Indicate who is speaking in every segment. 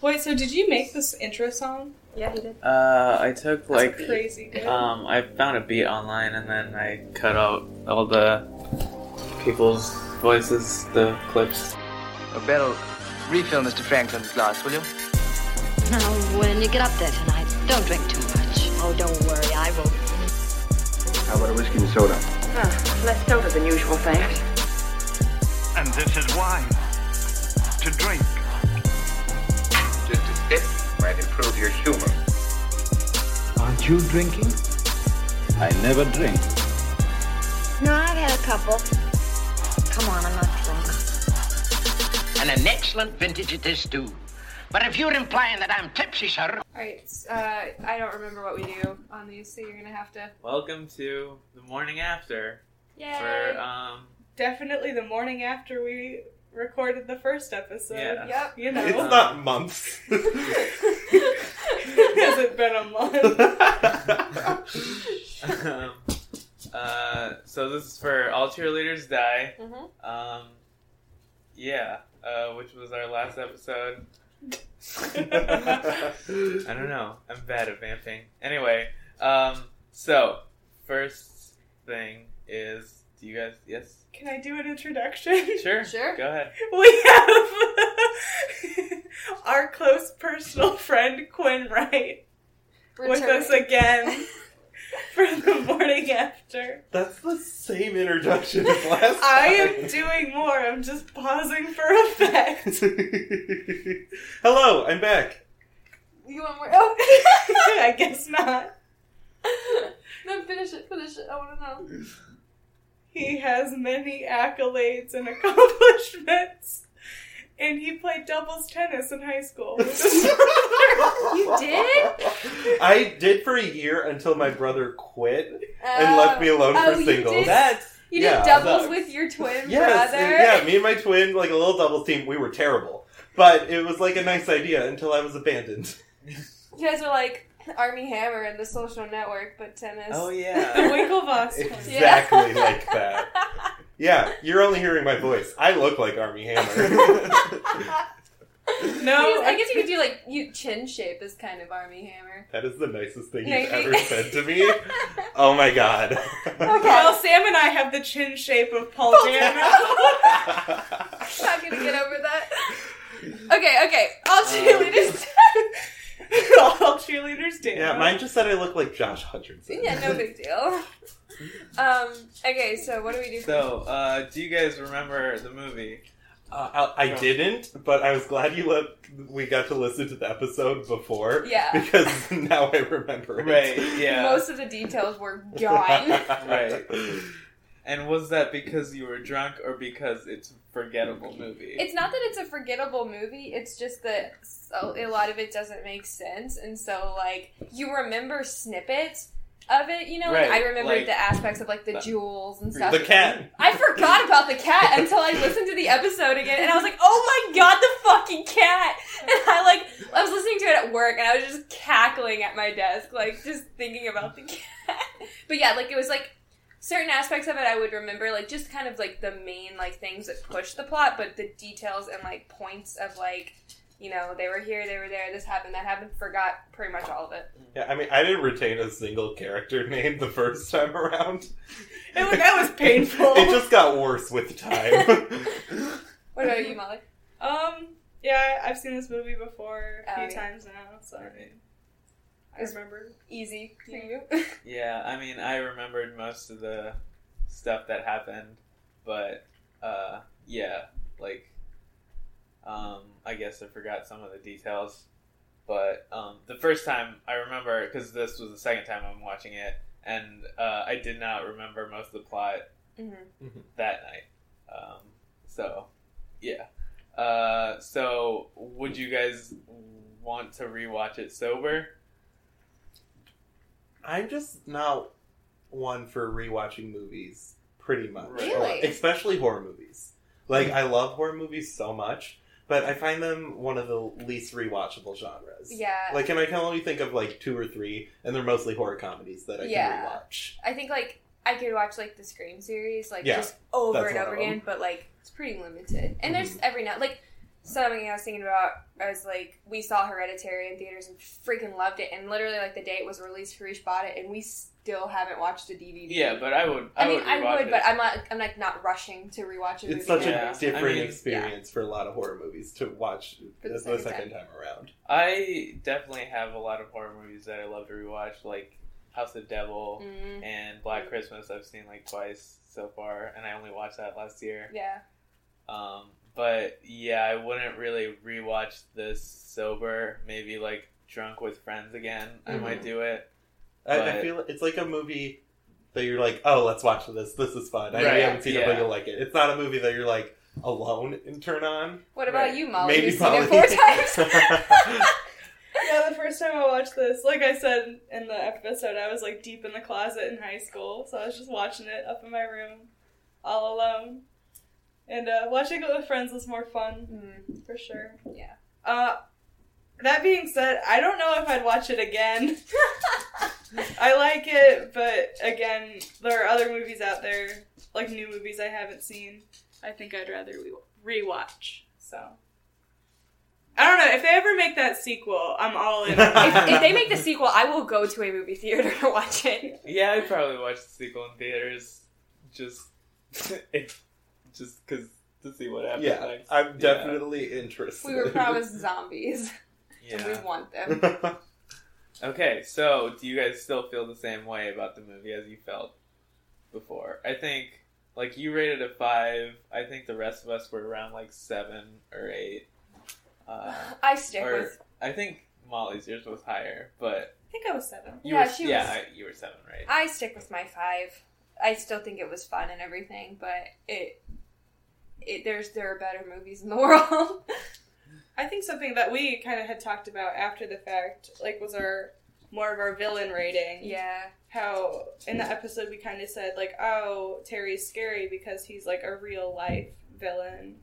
Speaker 1: Wait, so did you make this intro song?
Speaker 2: Yeah, he did.
Speaker 3: Uh, I took
Speaker 1: That's
Speaker 3: like
Speaker 1: crazy. Good.
Speaker 3: um, I found a beat online and then I cut out all the people's voices, the clips.
Speaker 4: A bell. Refill Mr. Franklin's glass, will you?
Speaker 5: Now, when you get up there tonight, don't drink too much. Oh, don't worry, I won't.
Speaker 6: How about a whiskey and soda?
Speaker 2: less soda than usual, thanks.
Speaker 7: And this is wine to drink.
Speaker 8: Just a sip might improve your humor.
Speaker 6: Aren't you drinking? I never drink.
Speaker 5: No, I've had a couple. Come on, I'm not drunk.
Speaker 9: and an excellent vintage it is too. But if you're implying that I'm tipsy, sir,
Speaker 1: All right, s- uh, I don't remember what we do on these, so you're gonna have to.
Speaker 3: Welcome to the morning after
Speaker 1: Yay!
Speaker 3: for um.
Speaker 1: Definitely the morning after we recorded the first episode.
Speaker 3: Yeah.
Speaker 1: Yep. You know.
Speaker 10: It's not
Speaker 3: um,
Speaker 10: months.
Speaker 1: Hasn't been a month.
Speaker 3: um uh, so this is for all cheerleaders die.
Speaker 1: Mhm.
Speaker 3: Um, yeah, uh, which was our last episode. I don't know. I'm bad at vamping. Anyway, um, so first thing is, do you guys? Yes,
Speaker 1: Can I do an introduction?
Speaker 3: sure,
Speaker 2: Sure.
Speaker 3: Go ahead.
Speaker 1: We have our close personal friend Quinn Wright with us again for the morning after.
Speaker 10: That's the same introduction as last
Speaker 1: I
Speaker 10: time.
Speaker 1: am doing more. I'm just pausing for effect.
Speaker 10: Hello, I'm back.
Speaker 2: You want more? Oh,
Speaker 1: I guess not.
Speaker 2: no, finish it, finish it. I want to know.
Speaker 1: He has many accolades and accomplishments. And he played doubles tennis in high school.
Speaker 2: You did?
Speaker 10: I did for a year until my brother quit and left me alone
Speaker 2: oh,
Speaker 10: for
Speaker 2: you
Speaker 10: singles.
Speaker 2: did-
Speaker 3: That's
Speaker 2: You
Speaker 10: Yeah,
Speaker 2: did doubles
Speaker 10: the-
Speaker 2: with your twin
Speaker 10: Yes,
Speaker 2: brother.
Speaker 10: and- yeah, me and my twin, like a little doubles team, we were terrible. But it was like a nice idea until I was abandoned.
Speaker 2: You guys were like Army Hammer and the Social Network, but tennis.
Speaker 3: oh
Speaker 1: The
Speaker 3: yeah.
Speaker 1: Winklevoss tennis.
Speaker 10: Exactly like that. Yeah, you're only hearing my voice. I look like Army Hammer.
Speaker 1: No,
Speaker 2: I guess you could do like you chin shape is kind of Army Hammer.
Speaker 10: that is the nicest thing
Speaker 2: No,
Speaker 10: you've
Speaker 2: you-
Speaker 10: ever said to me. Oh my god.
Speaker 1: Well, Sam and I have the chin shape of Paul Dano.
Speaker 2: I'm not gonna get over that. Okay, okay. I'll
Speaker 3: Oh.
Speaker 2: cheerleaders.
Speaker 1: All cheerleaders do.
Speaker 10: yeah, mine just said I look like Josh Hutcherson.
Speaker 2: yeah, no big deal. Um. Okay, so what do we do?
Speaker 3: So, uh, do you guys remember the movie?
Speaker 10: Uh, I, I didn't, but I was glad you let we got to listen to the episode before.
Speaker 2: Yeah.
Speaker 10: Because now I remember it.
Speaker 3: Right. Yeah.
Speaker 2: Most of the details were gone.
Speaker 3: Right. And was that because you were drunk or because it's a forgettable movie?
Speaker 2: it's not that it's a forgettable movie. It's just that so- a lot of it doesn't make sense, and so like you remember snippets of it. You know,
Speaker 3: Right,
Speaker 2: like I remembered
Speaker 3: like-
Speaker 2: the aspects of like the jewels and stuff.
Speaker 10: The cat.
Speaker 2: I forgot about the cat until I listened to the episode again, and I was like, "Oh my god, the fucking cat!" And I like, I was listening to it at work, and I was just cackling at my desk, like just thinking about the cat. But yeah, like it was like certain aspects of it I would remember, like just kind of like the main like things that push the plot, but the details and like points of like, you know, they were here, they were there, this happened, that happened, forgot pretty much all of it.
Speaker 10: Yeah, I mean, I didn't retain a single character name the first time around.
Speaker 1: It was, that was painful.
Speaker 10: It just got worse with time.
Speaker 2: What about you, Molly?
Speaker 1: um, yeah, I've seen this movie before a
Speaker 2: Oh,
Speaker 1: few
Speaker 2: yeah.
Speaker 1: times now, so I remember.
Speaker 2: Easy for you.
Speaker 3: yeah, I mean, I remembered most of the stuff that happened, but uh, yeah, like, um, I guess I forgot some of the details. But um, the first time I remember, because this was the second time I'm watching it, and uh, I did not remember most of the plot
Speaker 2: hmm
Speaker 3: that night. Um, so, yeah. Uh, so, would you guys want to rewatch it sober?
Speaker 10: I'm just not one for rewatching movies, pretty much.
Speaker 2: Really?
Speaker 10: Especially horror movies. Like, I love horror movies so much, but I find them one of the least rewatchable genres.
Speaker 2: Yeah.
Speaker 10: Like, and I can only think of like two or three, and they're mostly horror comedies that I
Speaker 2: Yeah.
Speaker 10: can rewatch.
Speaker 2: I think like I could watch like the Scream series like
Speaker 10: Yeah,
Speaker 2: just over
Speaker 10: that's
Speaker 2: and
Speaker 10: one
Speaker 2: over
Speaker 10: of Mm-hmm. 'em.
Speaker 2: again, but like it's pretty limited. And there's every now like something I was thinking about. I was like, we saw Hereditary in theaters and freaking loved it, and literally like the day it was released, Harish bought it, and we still haven't watched the DVD.
Speaker 3: Yeah, but I would.
Speaker 2: I, mean, I
Speaker 3: rewatch
Speaker 2: would,
Speaker 3: it.
Speaker 2: but I'm not. I'm like not rushing to rewatch a
Speaker 10: It's
Speaker 2: movie.
Speaker 10: such
Speaker 3: Yeah.
Speaker 10: a different
Speaker 3: I mean-
Speaker 10: experience for a lot of horror movies to watch
Speaker 2: For the
Speaker 10: the, the
Speaker 2: second
Speaker 10: second, time. around.
Speaker 3: I definitely have a lot of horror movies that I love to rewatch, like House of the Devil
Speaker 2: Mm,
Speaker 3: and Black Christmas. I've seen like twice so far, and I only watched that last year.
Speaker 2: yeah,
Speaker 3: Um, but yeah, I wouldn't really rewatch this sober. Maybe like drunk with friends again. I
Speaker 10: Mm-hmm.
Speaker 3: might do it.
Speaker 10: I,
Speaker 3: But-
Speaker 10: I feel it's like a movie that you're like, oh, let's watch this. This is fun. I know
Speaker 3: Right,
Speaker 10: you haven't seen it,
Speaker 3: yeah.
Speaker 10: but you'll like it. It's not a movie that you're like alone and turn on.
Speaker 2: What about
Speaker 3: Right.
Speaker 2: you, Molly?
Speaker 10: Maybe
Speaker 2: You've seen it
Speaker 10: Molly.
Speaker 2: four times.
Speaker 1: Yeah, the first time I watched this, like I said in the episode, I was like deep in the closet in high school, so I was just watching it up in my room, all alone. And uh, watching it with friends was more fun,
Speaker 2: Mm,
Speaker 1: for sure.
Speaker 2: Yeah.
Speaker 1: Uh, that being said, I don't know if I'd watch it again. I like it, but again, there are other movies out there, like new movies I haven't seen. I think I'd rather re- rewatch. So I don't know if they ever make that sequel. I'm all in.
Speaker 2: if, if they make the sequel, I will go to a movie theater to watch it.
Speaker 3: Yeah, I'd probably watch the sequel in theaters. Just, it, just because to see what happens
Speaker 10: yeah,
Speaker 3: next.
Speaker 10: I'm definitely interested.
Speaker 2: We were promised zombies, and we
Speaker 3: Yeah.
Speaker 2: want them.
Speaker 3: Okay, so do you guys still feel the same way about the movie as you felt before? I think like you rated a five. I think the rest of us were around like seven or eight. Uh,
Speaker 2: I stick
Speaker 3: or-
Speaker 2: with.
Speaker 3: I think Molly's yours was higher, but
Speaker 1: I think I was seven.
Speaker 3: you
Speaker 2: Yeah,
Speaker 3: were,
Speaker 2: she
Speaker 3: yeah,
Speaker 2: was-
Speaker 3: I- you were seven, right?
Speaker 2: I stick with my five. I still think it was fun and everything, but it. It, there's there are better movies in the world.
Speaker 1: I think something that we kind of had talked about after the fact, like, was our more of our villain rating.
Speaker 2: yeah,
Speaker 1: How in the episode we kind of said like, oh, Terry's scary because he's like a real life villain.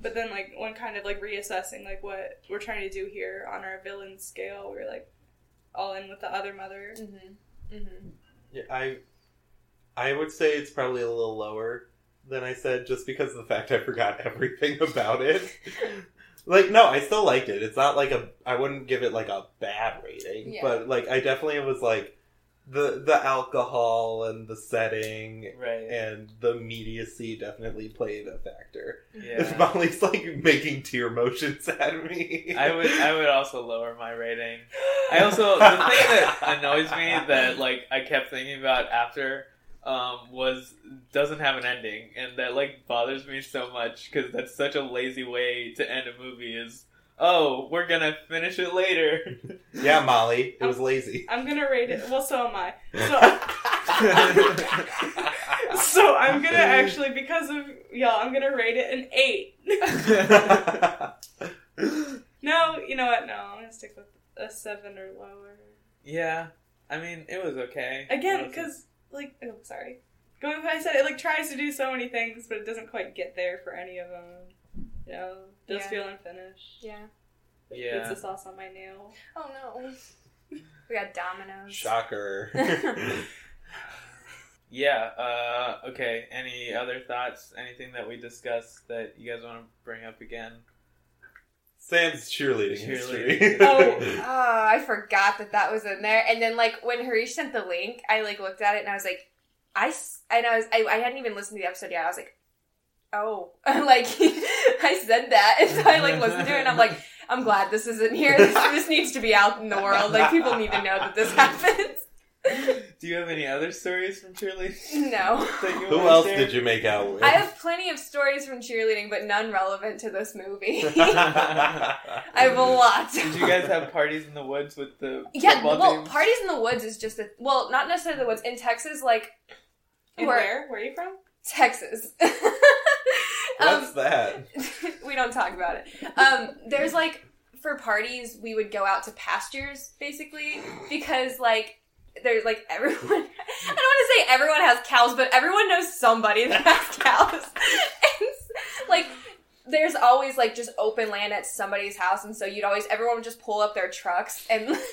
Speaker 1: But then like when kind of like reassessing like what we're trying to do here on our villain scale, we were like all in with the other mother.
Speaker 2: mm-hmm. Mm-hmm.
Speaker 10: Yeah, I I would say it's probably a little lower than I said just because of the fact I forgot everything about it. like no, I still liked it. It's not like a I wouldn't give it like a bad rating,
Speaker 2: Yeah.
Speaker 10: but like I definitely was like the the alcohol and the setting
Speaker 3: Right.
Speaker 10: and the immediacy definitely played a factor. If
Speaker 3: Yeah.
Speaker 10: Molly's like making tear motions at me.
Speaker 3: I would I would also lower my rating. I also the thing that annoys me that like I kept thinking about after um, was doesn't have an ending, and that like bothers me so much because that's such a lazy way to end a movie. Is oh we're gonna finish it later.
Speaker 10: Yeah, Molly. It was lazy.
Speaker 1: I'm gonna rate it. Well, so am I. So so I'm gonna actually because of y'all, I'm gonna rate it an eight. No, you know what? No, I'm gonna stick with a seven or lower.
Speaker 3: yeah, I mean it was okay It
Speaker 1: Again,
Speaker 3: was-
Speaker 1: because like, oh, sorry. Going with what I said, it like tries to do so many things, but it doesn't quite get there for any of them. You know, does
Speaker 2: Yeah.
Speaker 1: feel unfinished.
Speaker 2: yeah.
Speaker 1: It's
Speaker 3: yeah
Speaker 1: the sauce on my nail.
Speaker 2: Oh no, we got dominoes.
Speaker 10: Shocker.
Speaker 3: yeah uh, okay. Any other thoughts? Anything that we discussed that you guys want to bring up again?
Speaker 10: Sam's cheerleading,
Speaker 3: Cheerleading.
Speaker 10: history.
Speaker 1: Oh.
Speaker 2: Oh, I forgot that that was in there. And then like when Harish sent the link, I like looked at it and I was like, I s- and I was I, I hadn't even listened to the episode yet. I was like, oh, like I said that, and so I like listened to it and I'm like, I'm glad this isn't here. This, this needs to be out in the world. Like people need to know that this happens.
Speaker 3: Do you have any other stories from cheerleading?
Speaker 2: No.
Speaker 3: that you
Speaker 10: Who
Speaker 3: wanna
Speaker 10: else
Speaker 3: share?
Speaker 10: did you make out with?
Speaker 2: I have plenty of stories from cheerleading, but none relevant to this movie. I have a lot.
Speaker 3: Did you guys have parties in the woods with the
Speaker 2: Yeah,
Speaker 3: football
Speaker 2: well,
Speaker 3: team?
Speaker 2: parties in the woods is just a well, not necessarily the woods in Texas, like
Speaker 1: And
Speaker 2: Where-
Speaker 1: where? Where are you from?
Speaker 2: Texas. Um,
Speaker 10: What's that?
Speaker 2: we don't talk about it. Um, there's like for parties, we would go out to pastures basically because like there's like everyone. I don't want to say everyone has cows, but everyone knows somebody that has cows. and like there's always like just open land at somebody's house, and so you'd always everyone would just pull up their trucks and.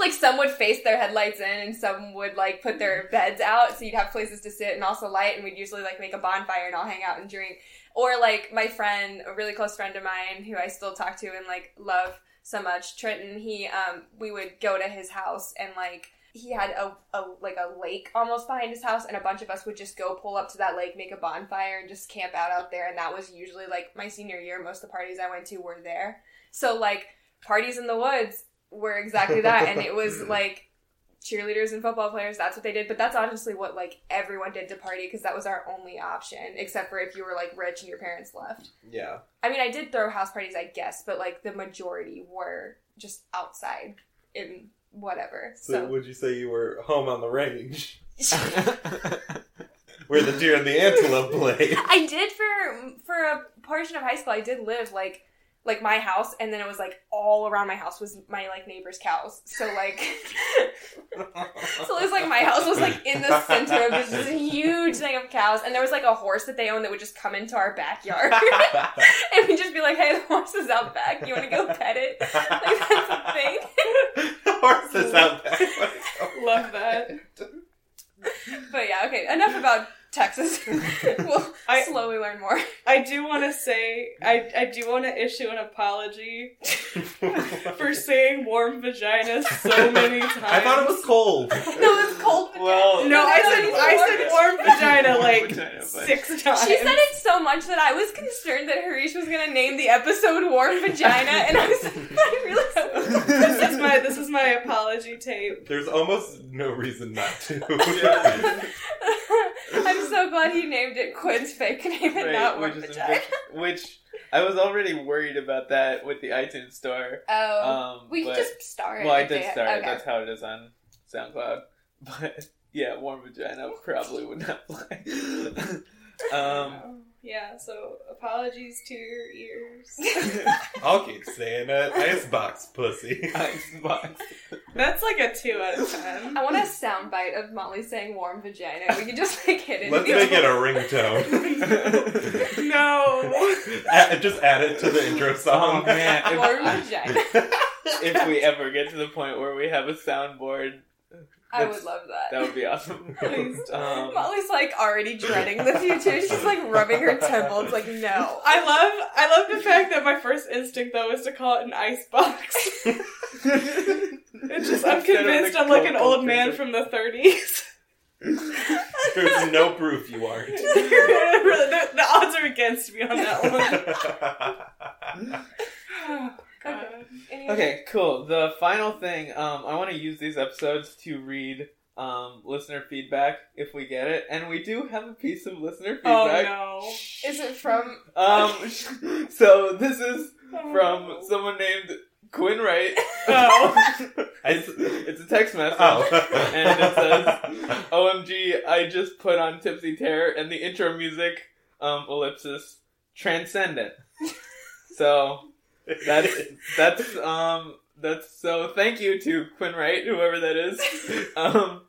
Speaker 2: Like some would face their headlights in, and some would like put their beds out, so you'd have places to sit and also light. And we'd usually like make a bonfire and all hang out and drink Or like my friend, a really close friend of mine who I still talk to and like love so much, Trenton, he um we would go to his house and like he had a, a like a lake almost behind his house and a bunch of us would just go pull up to that lake make a bonfire and just camp out out there and that was usually like my senior year most of the parties i went to were there so like parties in the woods were exactly that and it was like cheerleaders and football players that's what they did but that's honestly what like everyone did to party because that was our only option except for if you were like rich and your parents left
Speaker 10: yeah
Speaker 2: i mean i did throw house parties i guess but like the majority were just outside in whatever.
Speaker 10: So, so, would you say you were home on the range? Where the deer and the antelope play.
Speaker 2: I did for for a portion of high school. I did live like like my house, and then it was like all around my house was my like neighbor's cows. So like, so it was like my house was like in the center of this, this huge thing of cows, and there was like a horse that they owned that would just come into our backyard, and we'd just be like, "Hey, the horse is out back. You want to go pet it?" Like that's a thing.
Speaker 10: horses out back.
Speaker 1: Love that.
Speaker 2: but yeah, okay. Enough about Texas. we'll I, slowly learn more.
Speaker 1: I do want to say, I, I do want to issue an apology for saying warm vagina so many times. I
Speaker 10: thought it was cold. no,
Speaker 2: it was cold. Vagina.
Speaker 1: Well, no, I said I said warm vagina like vagina, six times.
Speaker 2: She said it so much that I was concerned that Harish was going to name the episode "Warm Vagina," and I was like, I realized
Speaker 1: this is my this is my apology tape.
Speaker 10: There's almost no reason not to.
Speaker 2: I'm so glad you named it Quinn's fake name and right, not which,
Speaker 3: which, which I was already worried about that with the iTunes store.
Speaker 2: Oh, um, we but, just started.
Speaker 3: Well, I did start. Okay. That's how it is on SoundCloud. But yeah, warm vagina probably would not fly.
Speaker 1: um, yeah, so apologies to your ears.
Speaker 10: I'll keep saying that. Icebox pussy.
Speaker 3: Icebox.
Speaker 1: That's like a 2 out of 10.
Speaker 2: I want a soundbite of Molly saying warm vagina. We can just like hit it.
Speaker 10: Let's make it a ringtone.
Speaker 1: no.
Speaker 10: Add, just add it to the intro song.
Speaker 3: Oh, man.
Speaker 2: If, warm vagina.
Speaker 3: if we ever get to the point where we have a soundboard
Speaker 2: I That's, would love that.
Speaker 3: That would be awesome.
Speaker 2: um, Molly's like already dreading the future. She's like rubbing her temple. It's like no.
Speaker 1: I love I love the fact that my first instinct though is to call it an ice box. it's just I'm convinced I'm like an old man from the 30s.
Speaker 10: There's no proof you aren't.
Speaker 1: the, the odds are against me on that
Speaker 3: one. Okay. Anyway. okay, cool. The final thing, um, I want to use these episodes to read um, listener feedback if we get it, and we do have a piece of listener feedback.
Speaker 1: Oh
Speaker 2: no! Is it from?
Speaker 3: Um, so this is oh, from no. someone named Quinn Wright.
Speaker 1: Oh.
Speaker 3: it's, it's a text message, oh. and it says, "OMG, I just put on Tipsy Terror and the intro music, um, ellipsis, transcendent." so that's that's um that's so thank you to Quinn Wright, whoever that is. Um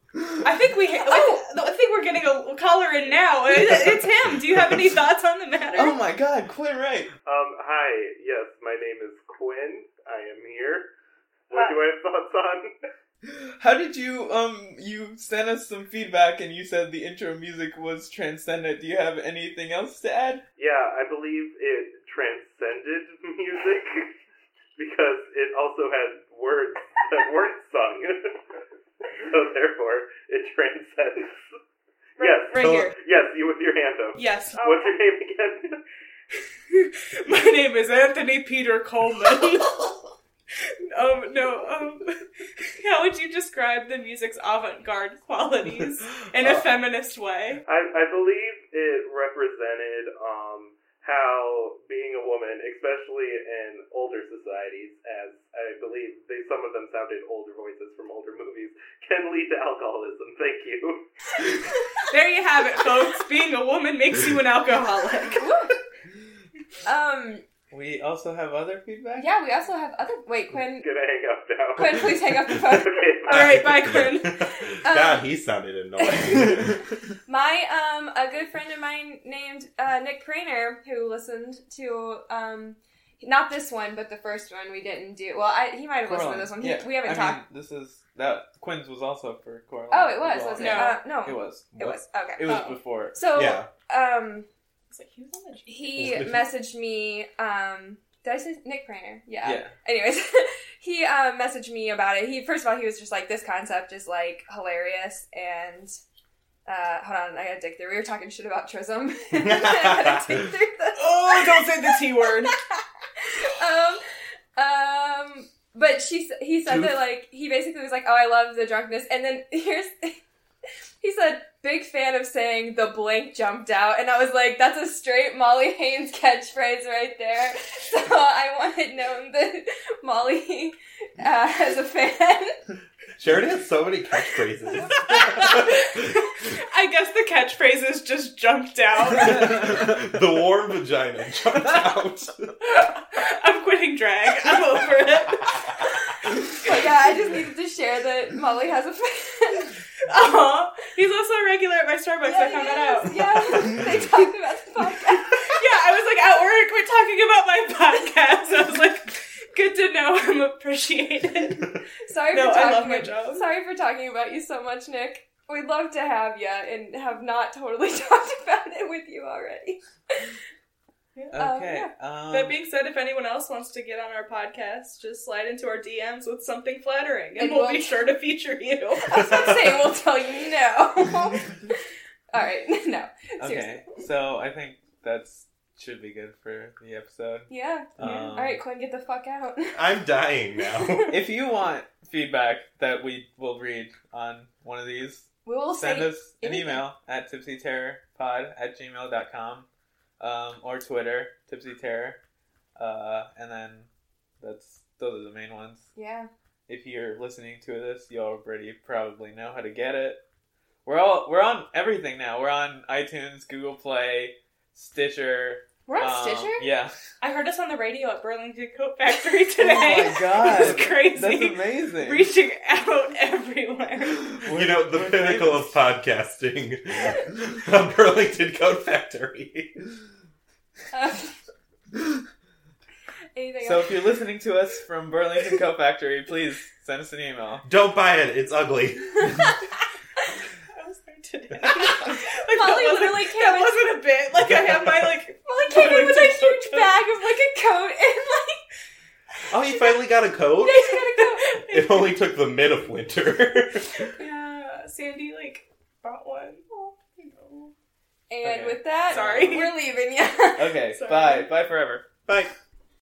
Speaker 1: I think we. Oh, I, th- I think we're getting a caller in now. It's him. Do you have any thoughts on the matter?
Speaker 3: Oh my God, Quinn Wright.
Speaker 11: Um, hi. Yes, my name is Quinn. I am here. What hi. do I have thoughts on?
Speaker 3: How did you um you sent us some feedback and you said the intro music was transcendent. Do you have anything else to add?
Speaker 11: Yeah, I believe it transcended music because it also had words that weren't sung. so therefore, it transcends.
Speaker 1: Right,
Speaker 11: yes.
Speaker 1: Right so, here. Oh,
Speaker 11: Yes, you with your hand up.
Speaker 1: Yes.
Speaker 11: What's your name again?
Speaker 1: My name is Anthony Peter Coleman. Um, no, um, how would you describe the music's avant garde qualities in a feminist way?
Speaker 11: I, I believe it represented um, how being a woman, especially in older societies, as I believe they, some of them sounded older voices from older movies, can lead to alcoholism. Thank you.
Speaker 1: there you have it, folks. Being a woman makes you an alcoholic.
Speaker 2: um,
Speaker 3: we also have other feedback?
Speaker 2: Yeah, we also have other. Wait, Quinn.
Speaker 11: Gonna hang up now.
Speaker 2: Quinn, please hang up the phone. okay,
Speaker 1: All right, bye, Quinn.
Speaker 10: um, God, he sounded annoying.
Speaker 2: my um, a good friend of mine named uh, Nick Prainer, who listened to um, not this one, but the first one we didn't do. Well, I, he might have listened to this one. He, yeah. We haven't I talked.
Speaker 3: Mean, this is that Quinn's was also for Coraline.
Speaker 2: Oh, it was. Well. was it? No, uh, no,
Speaker 3: it was.
Speaker 2: It was okay.
Speaker 3: It was oh. before.
Speaker 2: So, yeah. um
Speaker 1: It's like he was on the.
Speaker 2: He messaged me. Um, did I say Nick Praner? Yeah.
Speaker 3: Yeah.
Speaker 2: Anyways, he uh, messaged me about it. He first of all, he was just like, "This concept is like hilarious," and uh, hold on, I gotta dig through. We were talking shit about Trism. I gotta dig through this.
Speaker 1: Oh, don't say the T word.
Speaker 2: um, um, but she s- he said that like he basically was like, "Oh, I love the drunkenness," and then here's he said, "Big fan of saying the blank jumped out," and I was like, "That's a straight Molly Haynes catchphrase right there." So I wanted known that Molly uh, is a fan.
Speaker 10: Sheridan has so many catchphrases.
Speaker 1: I guess the catchphrase is just jumped out.
Speaker 10: the warm vagina jumped out.
Speaker 1: I'm quitting drag. I'm over it.
Speaker 2: But yeah, I just needed to share that Molly has a fan.
Speaker 1: Aw. He's also a regular at my Starbucks. I found that out.
Speaker 2: Yeah, they talked about the podcast.
Speaker 1: Yeah, I was like at work. We're talking about my podcast. I was like, good to know. I'm appreciated.
Speaker 2: Sorry
Speaker 1: No,
Speaker 2: for
Speaker 1: I
Speaker 2: talking.
Speaker 1: love my job.
Speaker 2: Sorry for talking about you so much, Nick. We'd love to have you, and have not totally talked about it with you already. Uh,
Speaker 3: Okay.
Speaker 2: yeah.
Speaker 3: um,
Speaker 1: that being said, if anyone else wants to get on our podcast, just slide into our DMs with something flattering, and
Speaker 2: It
Speaker 1: we'll
Speaker 2: will.
Speaker 1: be sure to feature you.
Speaker 2: I was about to say we'll tell you no. All right, no. Seriously.
Speaker 3: okay. So I think that's should be good for the episode.
Speaker 2: Yeah.
Speaker 3: Um,
Speaker 2: All right, Quinn, get the fuck out.
Speaker 10: I'm dying now.
Speaker 3: if you want feedback that we will read on one of these,
Speaker 2: We will
Speaker 3: send
Speaker 2: say
Speaker 3: us an
Speaker 2: anything.
Speaker 3: email at tipsyterrorpod at gmail.com um, or Twitter, tipsyterror. Uh, and then that's those are the main ones.
Speaker 2: Yeah.
Speaker 3: If you're listening to this, you already probably know how to get it. We're all we're on everything now. We're on iTunes, Google Play, Stitcher.
Speaker 2: We're on
Speaker 3: um,
Speaker 2: Stitcher.
Speaker 3: Yeah.
Speaker 1: I heard us on the radio at Burlington Coat Factory today.
Speaker 3: Oh my god.
Speaker 1: It's crazy.
Speaker 3: That's amazing.
Speaker 1: Reaching out everywhere.
Speaker 10: you know, the pinnacle of podcasting. A Burlington Coat Factory.
Speaker 2: Um, anything
Speaker 3: So
Speaker 2: else?
Speaker 3: if you're listening to us from Burlington Coat Factory, please send us an email.
Speaker 10: Don't buy it, it's ugly.
Speaker 1: I was there today. Like, that
Speaker 2: Molly
Speaker 1: wasn't-
Speaker 2: literally came
Speaker 1: That
Speaker 2: in-
Speaker 1: wasn't a bit. Like I have my like.
Speaker 2: Molly came in with a
Speaker 1: Burlington
Speaker 2: huge
Speaker 1: Coat
Speaker 2: bag of like a coat and like
Speaker 10: Oh, you finally got a coat?
Speaker 2: yeah, she got a coat.
Speaker 10: It only took the mid of winter.
Speaker 1: Yeah, Sandy like bought one.
Speaker 2: And
Speaker 3: Okay.
Speaker 2: with that,
Speaker 1: Sorry.
Speaker 2: we're leaving you.
Speaker 3: Okay,
Speaker 1: Sorry.
Speaker 3: bye. Bye forever.
Speaker 10: Bye.